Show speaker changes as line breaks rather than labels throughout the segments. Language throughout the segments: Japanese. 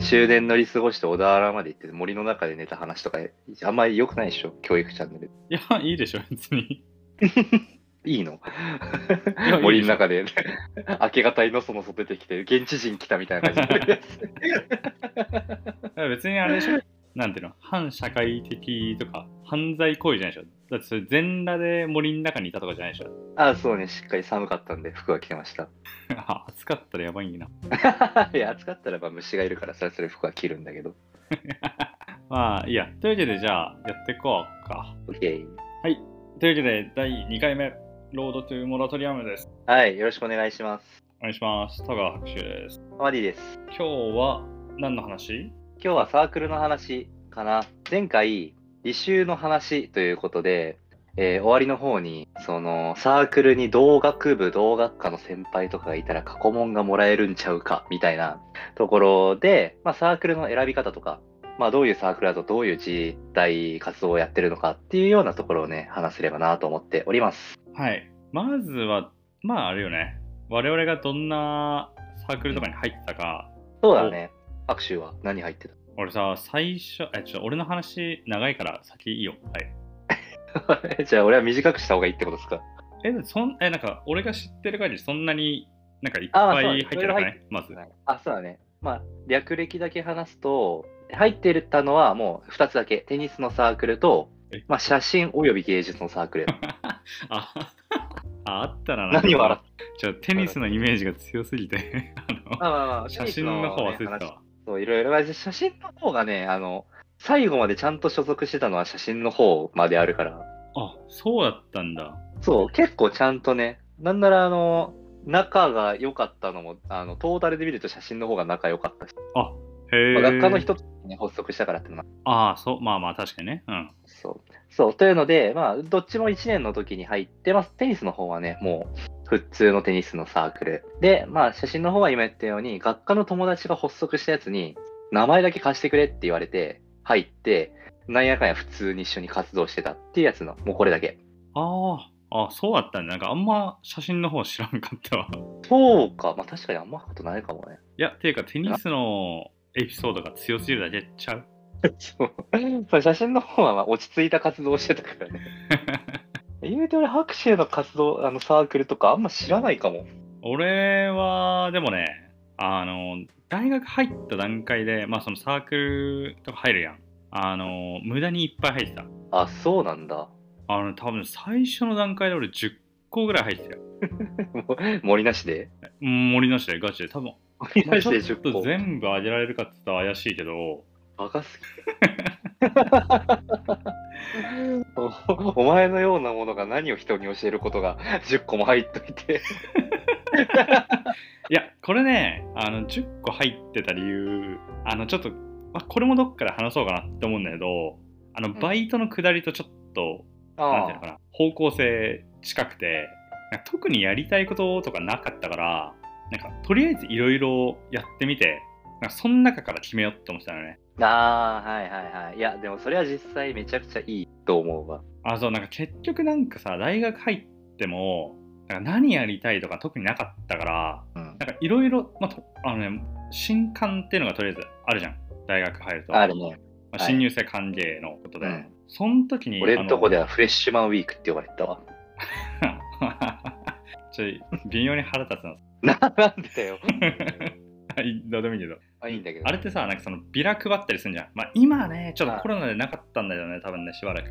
終電乗り過ごして小田原まで行って森の中で寝た話とか、あんまり良くないでしょ、教育チャンネル。
いや、いいでしょ、別に。
いいの
いやいいでし ょ
森の中で、明け方にのそのそ出てきて、現地人来たみた いな感じで。
だから別にあれでしょ、なんていうの、反社会的とか、犯罪行為じゃないでしょ。だってそれ全裸で森の中にいたとかじゃないでしょ。
ああ、そうね、しっかり寒かったんで、服は着てました。
あ暑かったらやばいな。
いや、暑かったらまあ虫がいるから、それそれ服は着るんだけど。
まあ、いいや。というわけで、じゃあ、やっていこうか。
オッケー。
というわけで、第2回目、ロードトゥーモラトリアムです。
はい、よろしくお願いします。
お願いします。田川博士です。
マディです。
今日は、何の話
今日はサークルの話かな。前回、履修の話ということで、えー終わりの方に、その、サークルに同学部、同学科の先輩とかがいたら過去問がもらえるんちゃうか、みたいなところで、まあ、サークルの選び方とか、まあ、どういうサークルだとどういう時代活動をやってるのかっていうようなところをね、話せればなと思っております。
はい。まずは、まあ、あれよね。我々がどんなサークルとかに入ってたか。
そうだね。握手は何入ってた
俺さ、最初、え、ちょ、俺の話、長いから先いいよ。はい。
じゃあ、俺は短くした方がいいってことですか
え、そん、え、なんか、俺が知ってる限り、そんなに、なんか、いっ
あまあ
ぱ
そうだ
い
ね
入ってなくないまず。
あ、そうだね。まあ、略歴だけ話すと、入ってたのはもう2つだけ。テニスのサークルと
え、
まあ、写真および芸術のサーク ル。
あ、ああったな。
何笑っ
ちょテニスのイメージが強すぎて、あ
まあまあまあ、
の、写真の方忘れ
テニス
て
のね
た
話
わ。
そう、いろいろ。まあ写真の方がね、あの、最後までちゃんと所属してたのは写真の方まであるから、
あ、そうだったんだ。
そう、結構ちゃんとね、なんならあの、仲が良かったのも、あの、トータルで見ると写真の方が仲良かったし、
あ、へえ。
まあ、学科の人とね、発足したからってのも
ああ、そう、まあまあ、確かにね。うん。
そう。そう。というので、まあ、どっちも1年の時に入って、まあ、テニスの方はね、もう、普通のテニスのサークル。で、まあ、写真の方は今言ったように、学科の友達が発足したやつに、名前だけ貸してくれって言われて、入って、なんやかんや普通に一緒に活動してたっていうやつの、もうこれだけ。
ああ、あそうだったんだ。なんか、あんま写真の方知らんかったわ。
そうか。まあ、確かにあんまことないかもね。
いや、ていうか、テニスのエピソードが強すぎるだけちゃう。
そう。そう写真の方はまあ落ち着いた活動をしてたからね。言うて俺、白州の活動、あの、サークルとかあんま知らないかも。
俺は、でもね、あの、大学入った段階で、まあ、そのサークルとか入るやん。あの、無駄にいっぱい入ってた。
あ、そうなんだ。
あの、多分最初の段階で俺10個ぐらい入ってたよ。
も森なしで
森の下でガチで、多分、
森なしで
ちょっ
10
と
個。
全部あげられるかって言ったら怪しいけど、
バカ すぎおお 前のようなものが何を人に教えることが10個も入っとい て。
いや、これね、あの、10個入ってた理由、あの、ちょっと、まあ、これもどっかで話そうかなって思うんだけど、あの、
ん
バイトの下りとちょっと、なんていうのかな、方向性近くて、なんか特にやりたいこととかなかったから、なんか、とりあえずいろいろやってみて、なんか、その中から決めようって思ってたのね。
ああ、はいはいはい。いや、でもそれは実際めちゃくちゃいいと思うわ。
あそうなんか結局なんかさ大学入ってもなんか何やりたいとか特になかったから
うん、
なんかいろいろまあとあのね新刊っていうのがとりあえずあるじゃん大学入ると
あるね。
まあ
はい
新入生歓迎のことで、
うん
その時に
俺んとこで
あ
はフレッシュマンウィークって呼ばれてたわ。
の ちょい微妙に腹立つな
ななんでだよ。
はい どうでもいいけど
あいいんだけど。
あれってさなんかそのビラ配ったりするんじゃんまあ今はねちょっとコロナでなかったんだよね多分ねしばらく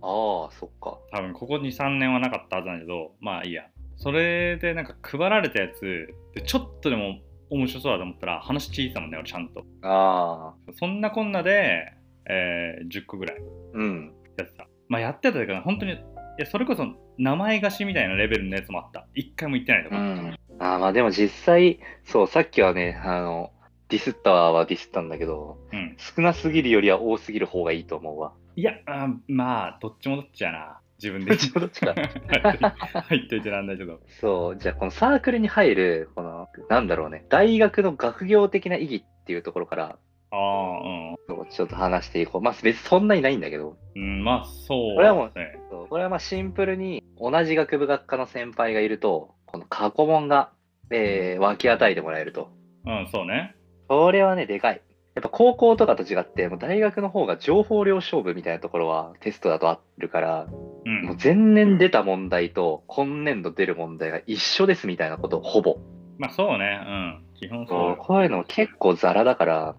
ああ、そっか。
多分ここ23年はなかったはずなんだけどまあいいやそれでなんか配られたやつでちょっとでも面白そうだと思ったら話聞いてたもんね俺ちゃんと
ああ、
そんなこんなで、えー10個ぐらい
うん。
やってたまあやってたというか本当にいやそれこそ名前貸しみたいなレベルのやつもあった一回も行ってないと
う
か、
ん、あーまあでも実際、そう、さっきはね、あの、ディスったはディスったんだけど、
うん
少なすぎるよりは多すぎる方がいいと思うわ。
いやあーまあどっちもどっちやな自分
ど
で
っちもどっちか。
入っとい入っといてなんだけど
そう、じゃあこのサークルに入る、この、なんだろうね、大学の学業的な意義っていうところから、
ああうん
そうちょっと話していこう。まあ別にそんなにないんだけど、
うん、まあそう、ね、
俺はもうそうこれはまあシンプルに、同じ学部学科の先輩がいると、この過去問が、えー、分け与えてもらえると。
うんそうね
これはね、でかい。やっぱ高校とかと違って、もう大学の方が情報量勝負みたいなところはテストだとあるから、
う。
もうん前年出た問題と今年度出る問題が一緒ですみたいなこと、ほぼ。
まあそうね。うん。基本そう
そう
よ。
こういうの結構ザラだから、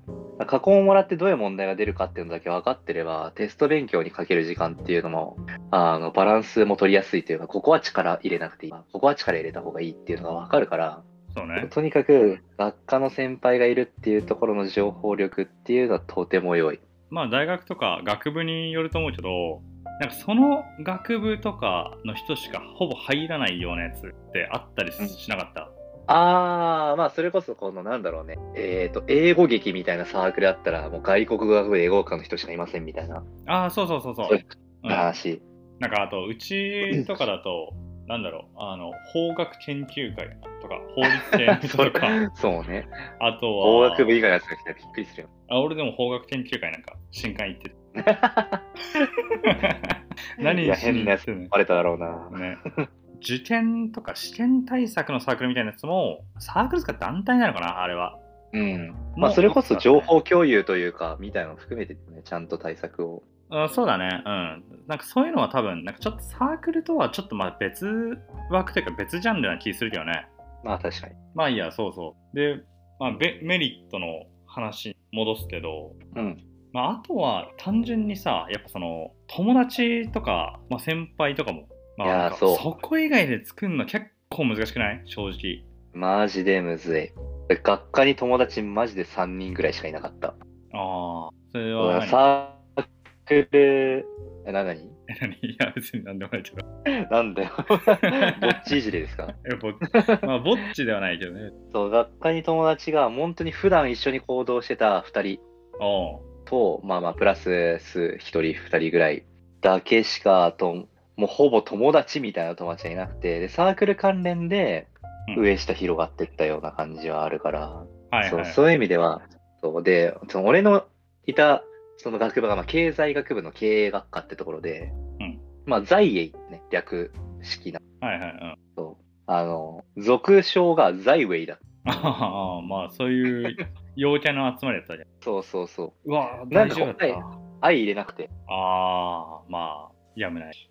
過去をもらってどういう問題が出るかっていうのだけ分かってれば、テスト勉強にかける時間っていうのも、あの、バランスも取りやすいというか、ここは力入れなくていい。ここは力入れた方がいいっていうのが分かるから、
そうね。
とにかく学科の先輩がいるっていうところの情報力っていうのはとても良い。
まあ大学とか学部によると思うけど、なんかその学部とかの人しかほぼ入らないようなやつってあったりしなかった。
あー、まあそれこそこのなんだろうね。えっ、と、英語劇みたいなサークルだったら、もう外国語学部英語科の人しかいませんみたいな
ああ、そうそうそうそう。
そういう
うん
話。
なんかあとうちとかだと、なんだろう、あの法学研究会とか法律系の人とか、
そうね。
あとは
法学部以外のやつが来たらびっくりするよ。
あ、俺でも法学研究会なんか新刊行 ってた。何
いや
し
変
に
な
行
や
っ
つ
てんの
バレただろうな。
ね、受験とか試験対策のサークルみたいなやつもサークルですか団体なのかなあれは
うん。
も
ま
う
あ、それこそ情報共有というか、みたいなの含めてね、ちゃんと対策を。
あそうだねうんなんかそういうのは多分なんかちょっとサークルとはちょっとまあ別枠というか別ジャンルな気するけどね
まあ、確かに。
まあいいやそうそうで、まあ、ベメリットの話に戻すけど
うん。
まあ、あとは単純にさやっぱその友達とか、まあ、先輩とかも、まあ、
いやー
なんか
そう
そこ以外で作るの結構難しくない正直
マジでむずい。学科に友達マジで3人ぐらいしかいなかった。
ああそれは何
サークル、え、な、なに
何 いや別に何でもないけど
なん だよ。ぼっちいじりですか
えぼっ まあぼっちではないけどね
そう、学科に友達が本当に普段一緒に行動してた2人
おう
と、まあまあ、プラス数、1人、2人ぐらいだけしか、と、もうほぼ友達みたいな友達がいなくて、で、サークル関連で
うん
上下広がってったような感じはあるから、
はい
そ
は
う
い
そういう意味では、そうで、その俺のいた、その学部が、まあ、経済学部の経営学科ってところで、
うん
まあ、財営ね、略式な、
はいはいうん
そうあの、俗称が財ウェイだ。
あははまあそういう陽キャの集まりだったじゃん
そうそうそう
わー
なん
大
か
丈夫だった
はい愛入れなくて。
ああまあやむないし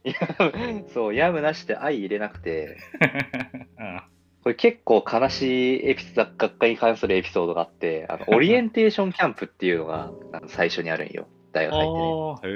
そう、やむなしで愛入れなくて、
うん
これ結構悲しいエピソード、学科に関するエピソードがあって、あのオリエンテーションキャンプっていうのがあの最初にあるんよ、大学入ってね。
ああへ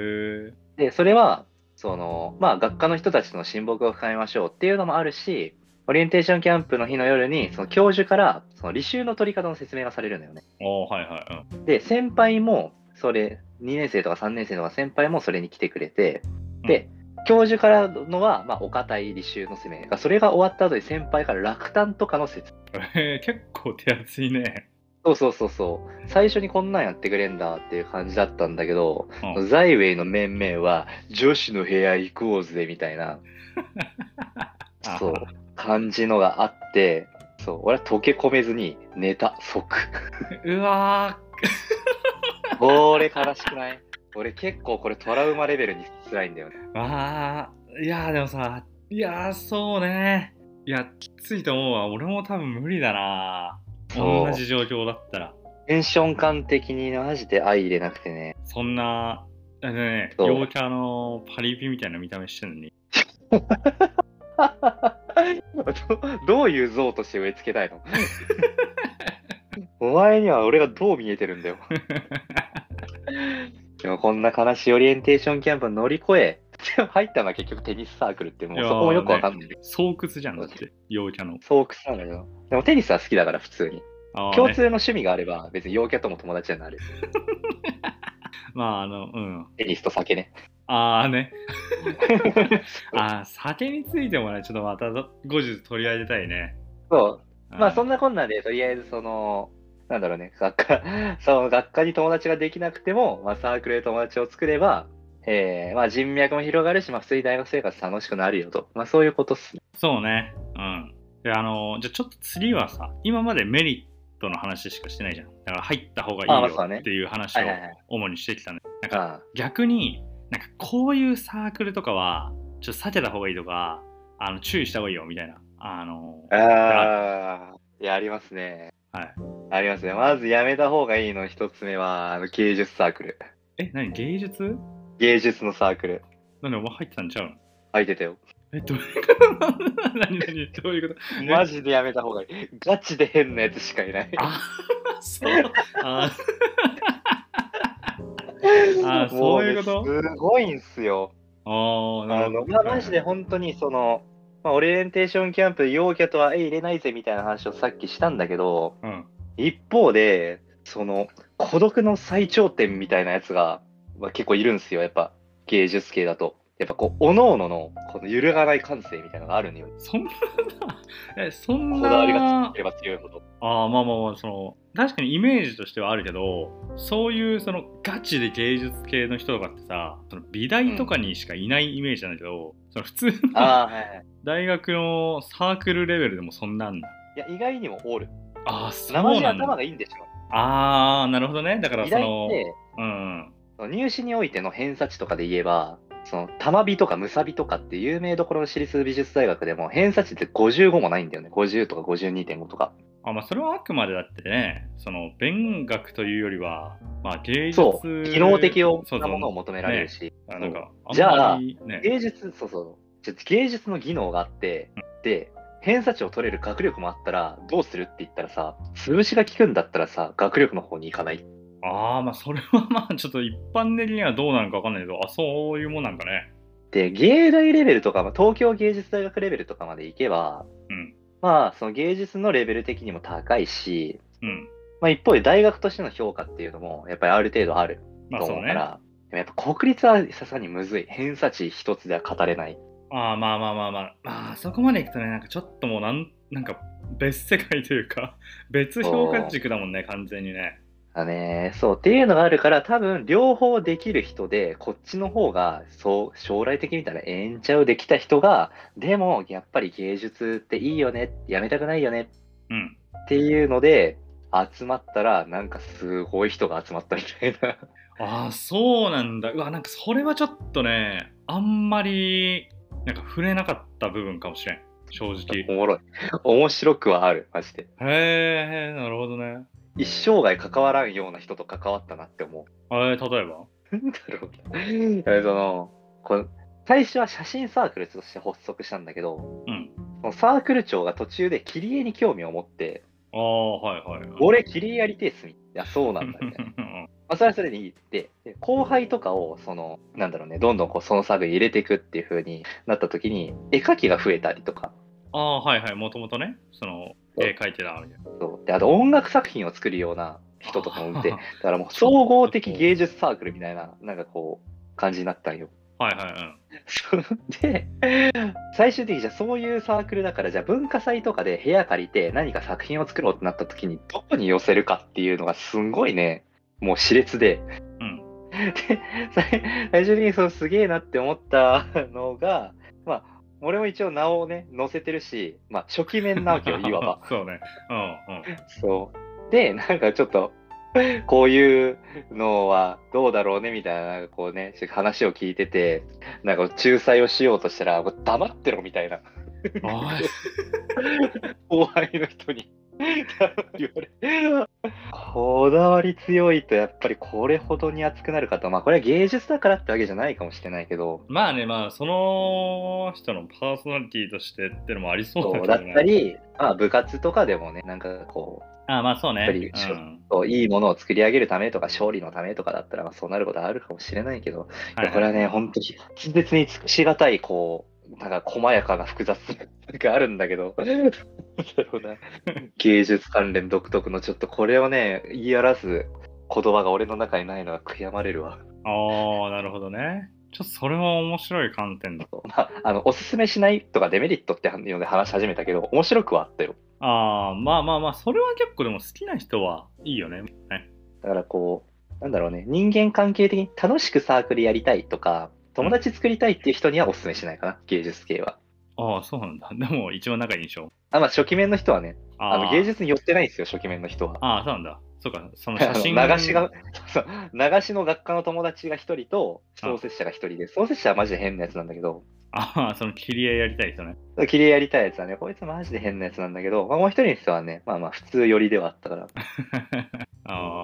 え
で、それは、その、まあ、学科の人たちの親睦を深めましょうっていうのもあるし、オリエンテーションキャンプの日の夜に、その教授から、その履修の取り方の説明がされるのよね。
おーはいはいうん
で、先輩も、それ、2年生とか3年生とか先輩もそれに来てくれて、で、教授からのは、まあ、お堅い履修の説明。それが終わった後に先輩から落胆とかの説
えー、 結構手厚いね。
そうそうそうそう。最初にこんなんやってくれんだっていう感じだったんだけど、
うん
ザイウェイの面々は、女子の部屋行こうぜみたいな、そう、感じのがあって、そう、俺は溶け込めずに寝た、 即。
うわ
俺悲しくない俺結構これトラウマレベルに辛いんだよね。
ー、あー、いやーでもさ、いやーそうね。いや、きついと思うわ。俺も多分無理だな。
そ
同
う
じ状況だったら。
テンション感的にマジで相入れなくてね。
そんな、あのね、
そう
陽キャのパリピみたいな見た目してるのに。
ど どういう像として植え付けたいの お前には俺がどう見えてる んだよ。でもこんな悲しいオリエンテーションキャンプを乗り越え、 でも入ったのは結局テニスサークルって、も
いうやー
そこもよくわかんない。
巣窟じゃん、だって。陽キャの。
そうくなんだけど。でもテニスは好きだから普通に。
あー
共
ね
通の趣味があれば別に陽キャとも友達になる。
まあ、あの、うん。
テニスと酒ね。
あー ね。あー、酒についてもね、ちょっとまた後日取り上げたいね。
そう。まあそ
ん
んなこんなで、とりあえずその、なんだろうね、学科、 その学科に友達ができなくても、まあサークルで友達を作れば、えーまあ人脈も広がるし、まあ普通に大学生活楽しくなるよと。まあそういうことっすね。
そうね。うん。で、あの、じゃあちょっと次はさ、今までメリットの話しかしてないじゃん。だから入った方が
あ
い
ま
い
あそうだ
よ
ね
っていう話を
はいはいはい。
主にしてきたね。なんか
あ
逆に、なんかこういうサークルとかは、ちょっと避けた方がいいとか、あの注意した方がいいよみたいな。あの、
ああー、いや、ありますね。
はい。
ありますね。まずやめた方がいいの一つ目は、あの芸術サークル。
え、何芸術
芸術のサークル。
なんでお前入ってたんちゃうの
空いてたよ。
え、どういうこと 何何どういうこと
マジでやめた方がいい。ガチで変なやつしかいない。
あ、 そう。ああそういうこと
もねすごいんすよ。
あー、な
あ
る
の、
ほど。
まあ、マジで本当にその、まあ、オリエンテーションキャンプ、陽キャとは絵入れないぜみたいな話をさっきしたんだけど、
うん。
一方で、その、孤独の最頂点みたいなやつが、まあ、結構いるんすよ、やっぱ、芸術系だと。やっぱこう、おののの、この揺るがない感性みたいなのがあるんよ。
そんな、え、そん
こ
な。
だわりが強ければ強いほど。
ああまあまあまあその確かにイメージとしてはあるけどそういうそのガチで芸術系の人とかってさその美大とかにしかいないイメージなんだけど、その普通の
ああ、はいはい。
大学のサークルレベルでもそんなんだ
いや、意外にもオール。
ああそう
生地
なん
頭
だ
がいいんでし
ああなるほどねだか
ょ。
ら
美
そ
大
の
って、
うん
その入試においての偏差値とかで言えば、その、玉美とかむさびとかって有名どころの私立美術大学でも偏差値って55もないんだよね。50とか52.5とか。
あまあそれはあくまでだってねその勉学というよりはまあ芸術
そう。機能的
そう
なものを求められるし。
そうなんかあん
じゃ
ま
あ
りね
芸術、そうそう。ちょ芸術の技能があって、で、偏差値を取れる学力もあったら、どうするって言ったらさ、潰しが効くんだったらさ、学力の方に行かない。
ああまあそれは まあちょっと一般的にはどうなのかわかんないけどあそういうもんなんかね
で、芸大レベルとか、まあ東京芸術大学レベルとかまで行けば、
うん
まあ、その芸術のレベル的にも高いし、
うん
まあ、一方で大学としての評価っていうのも、やっぱりある程度ある
ま
と
あそう
思うか
ねあ
ら、でもやっぱ国立はさすがにむずい。偏差値一つでは語れない。
あーまあまあまあまあまあそこまでいくとねなんかちょっともうなんなんか別世界というか 別評価軸だもんね完全にね
だね、そうっていうのがあるから、多分両方できる人で、こっちの方がそう将来的に見たらええんちゃうできた人が、でもやっぱり芸術っていいよね、やめたくないよね
うん
っていうので、集まったら、なんかすごい人が集まったみたい な。
ああそうなんだうわなんかそれはちょっとねあんまりなんか触れなかった部分かもしれん 正直
おもろい。面白くはある、マジで。
へえなるほどね
一生涯関わらんような人と関わったなって思う。
えー例えば
なんだろうな。えーそのこう最初は写真サークルとして発足したんだけど、
うん
そのサークル長が途中で切り絵に興味を持って、
ああはい はいはい
俺切り絵やりてえっすみいや、そうなんだみたい な。まあ、それはそれでいいって、で後輩とかを、その、なんだろうね、どんどんこうそのサークルに入れていくっていう風になった時に、絵描きが増えたりとか、
ああはいはいもともとねその
そう
絵描いてたみたいな
そうであと音楽作品を作るような人とかも いて、
あ
だからもう総合的芸術サークルみたいな、なんかこう、感じになったんよ。
はいはい
そう で、最終的にじゃあそういうサークルだから、じゃあ文化祭とかで部屋借りて何か作品を作ろうってなった時に、どこに寄せるかっていうのがすんごいね、もう熾烈で。
うん
で、最最終的にそうすげえなって思ったのが、まあ、俺も一応名をね、載せてるし、まあ、初期面なわけよ、
うん
いわば。
そうねうんうん
そう。で、なんかちょっと、 こういうのはどうだろうねみたいな、なんかこうね、話を聞いてて、なんか仲裁をしようとしたら、もう黙ってろみたいな、
おい
後輩の人に 言われ、こだわり強いと、やっぱりこれほどに熱くなる方、まあこれは芸術だからってわけじゃないかもしれないけど、
まあねまあその人のパーソナリティとしてってのもありそう
そうだ
だ
っ
けどね
たり、まあ部活とかでもね、なんかこう、
ああまあそうね
やっぱり
うん
そういいものを作り上げるためとか勝利のためとかだったら、まあ、そうなることはあるかもしれないけど、
はい
これはね本当に別に尽くしがたいこうなんか細やかな複雑さがあるんだけ どなんだろうな芸術関連独特のちょっとこれをね言い表す言葉が俺の中にないのが悔やまれるわ。
ああなるほどねちょっとそれは面白い観点だ
そうまあ、あのおすすめしないとかデメリットっていうので話し始めたけど面白くはあったよ。
ああまあまあまあそれは結構でも好きな人はいいよね
だからこう、なんだろうね、人間関係的に楽しくサークルやりたいとか、友達作りたいっていう人にはお勧めしないかな、芸術系は。
ああそうなんだ でも一番仲いい印象
あ、まあ、初期面の人はね、あ
あー
の芸術に寄ってないんですよ、初期面の人は。
ああそうなんだそうかその
あ
写
の 流
真
しが、そう流しの学科の友達が一人と、創設者が一人で、創設者はマジで変なやつなんだけど、
ああ、その切り絵やりたい人ね。
切り絵やりたいやつはね、こいつマジで変なやつなんだけど、まあ、もう一人の人はね、まあまあ普通寄りではあったから。
あ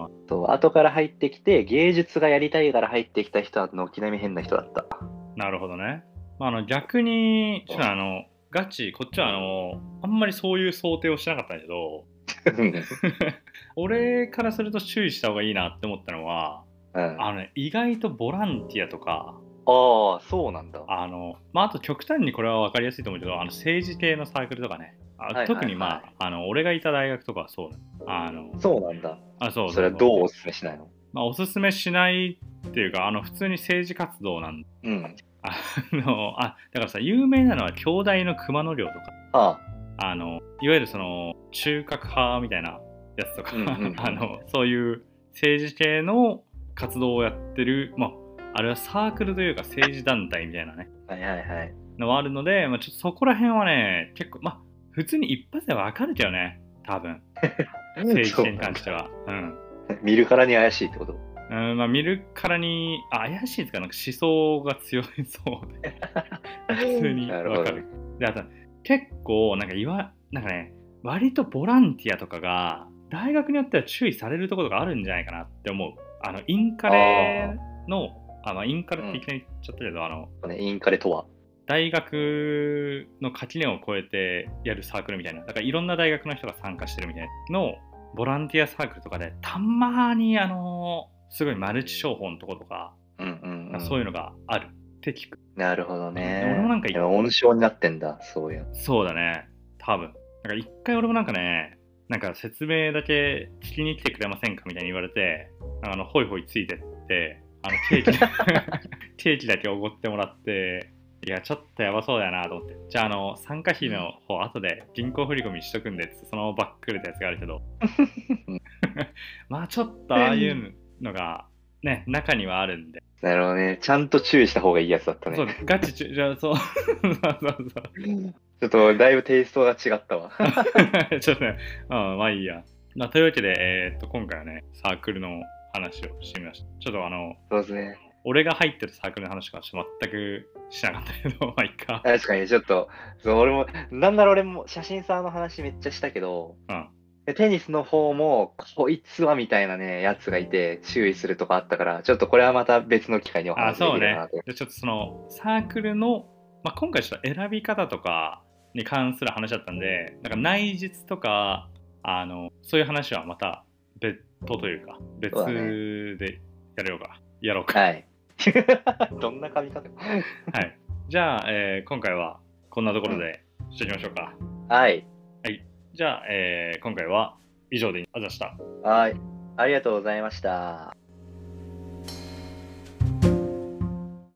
あ、
そう、後から入ってきて、芸術がやりたいから入ってきた人は軒並み変な人だった。
なるほどね。まあ、あの逆に、ちょっとあの、ガチ、こっちはあの、あんまりそういう想定をしてなかったんだけど、俺からすると注意した方がいいなって思ったのは、
うん、あ
あのね、意外とボランティアとか、
あー、そうなんだ。
あの、まあ、あと極端にこれは分かりやすいと思うけど、あの政治系のサークルとかね、あ
いはいはい
特にまあ、あの、俺がいた大学とかはそうなの。あの、
そうなんだ。
あそう
それはどうおすすめしないの
まあ、おすすめしないっていうか、あの、普通に政治活動なん
うん。
あの、あ、だからさ、有名なのは兄弟の熊野寮とか、
あ
あの、いわゆるその、中核派みたいなやつとか、
うんうんうん
あの、そういう政治系の活動をやってる、まあ、あれはサークルというか政治団体みたいなね、
あ、はいはいはい。
のはあるので、まあ、ちょっとそこら辺はね、結構、まあ、普通に一発で分かれちゃうね、多分。政治系に関しては。うん。
見るからに怪しいってこと
うん、まあ見るからに、あ怪しいですかなんか思想が強いそうで。 普通に
なるほど
わかる。で、あと、結構、なんか言わ、なんかね、割とボランティアとかが、大学によっては注意されるところがあるんじゃないかなって思う。あの、インカレの、あまあ、インカレっていきなり言っちゃったけど、あの、
ね、インカレとは。
大学の垣根を越えてやるサークルみたいな、だからいろんな大学の人が参加してるみたいなのをボランティアサークルとかで、たまにあのーすごいマルチ商法のとことか、
うんうん、うん。
そういうのがあるって聞く。
なるほどね。
俺もなんか
いや温床になってんだ、そういうの。
そうだね、多分。なんか一回俺もなんかね、なんか説明だけ聞きに来てくれませんかみたいに言われて、あの、ホイホイついてって、あの、ケーキ、 ケーキだけおごってもらって、いや、ちょっとやばそうだよなと思って。じゃあ、あの、参加費の方、後で銀行振り込みしとくんでっつって、そのままバックルたやつがあるけ ど。まあ、ちょっと、ああいうのが、ね、中にはあるんで。
なるほどね。ちゃんと注意した方がいいやつだったね。
そう、ガチ中、じゃあ、そう、 そうそうそう。
ちょっとだいぶテイストが違ったわ。
ちょっとね、うん、まあいいや。まあ、というわけで、えーっと、今回はね、サークルの話をしてみました。ちょっとあの、
そうですね。
俺が入ってるサークルの話がちょっと全くしなかったけど、ま あいいか。
確かに、ちょっと、そう俺も、なんなら俺も写真さんの話めっちゃしたけど、
うん
でテニスの方も、こいつはみたいなね、やつがいて、注意するとかあったから、ちょっとこれはまた別の機会にお
あ、
話でき
そう
る
ね
なと。。
でちょっとその、サークルの、まあ今回ちょっと選び方とかに関する話だったんで、なんか内実とか、あの、そういう話はまた別途というか、別
そうだ
でやれようか。やろうか。
はい。 どんな髪型
はい。じゃあ、えー今回はこんなところでしておきましょうか。
はい。
じゃあ、えー今回は以上でありがとうございました。
はい。ありがとうございました。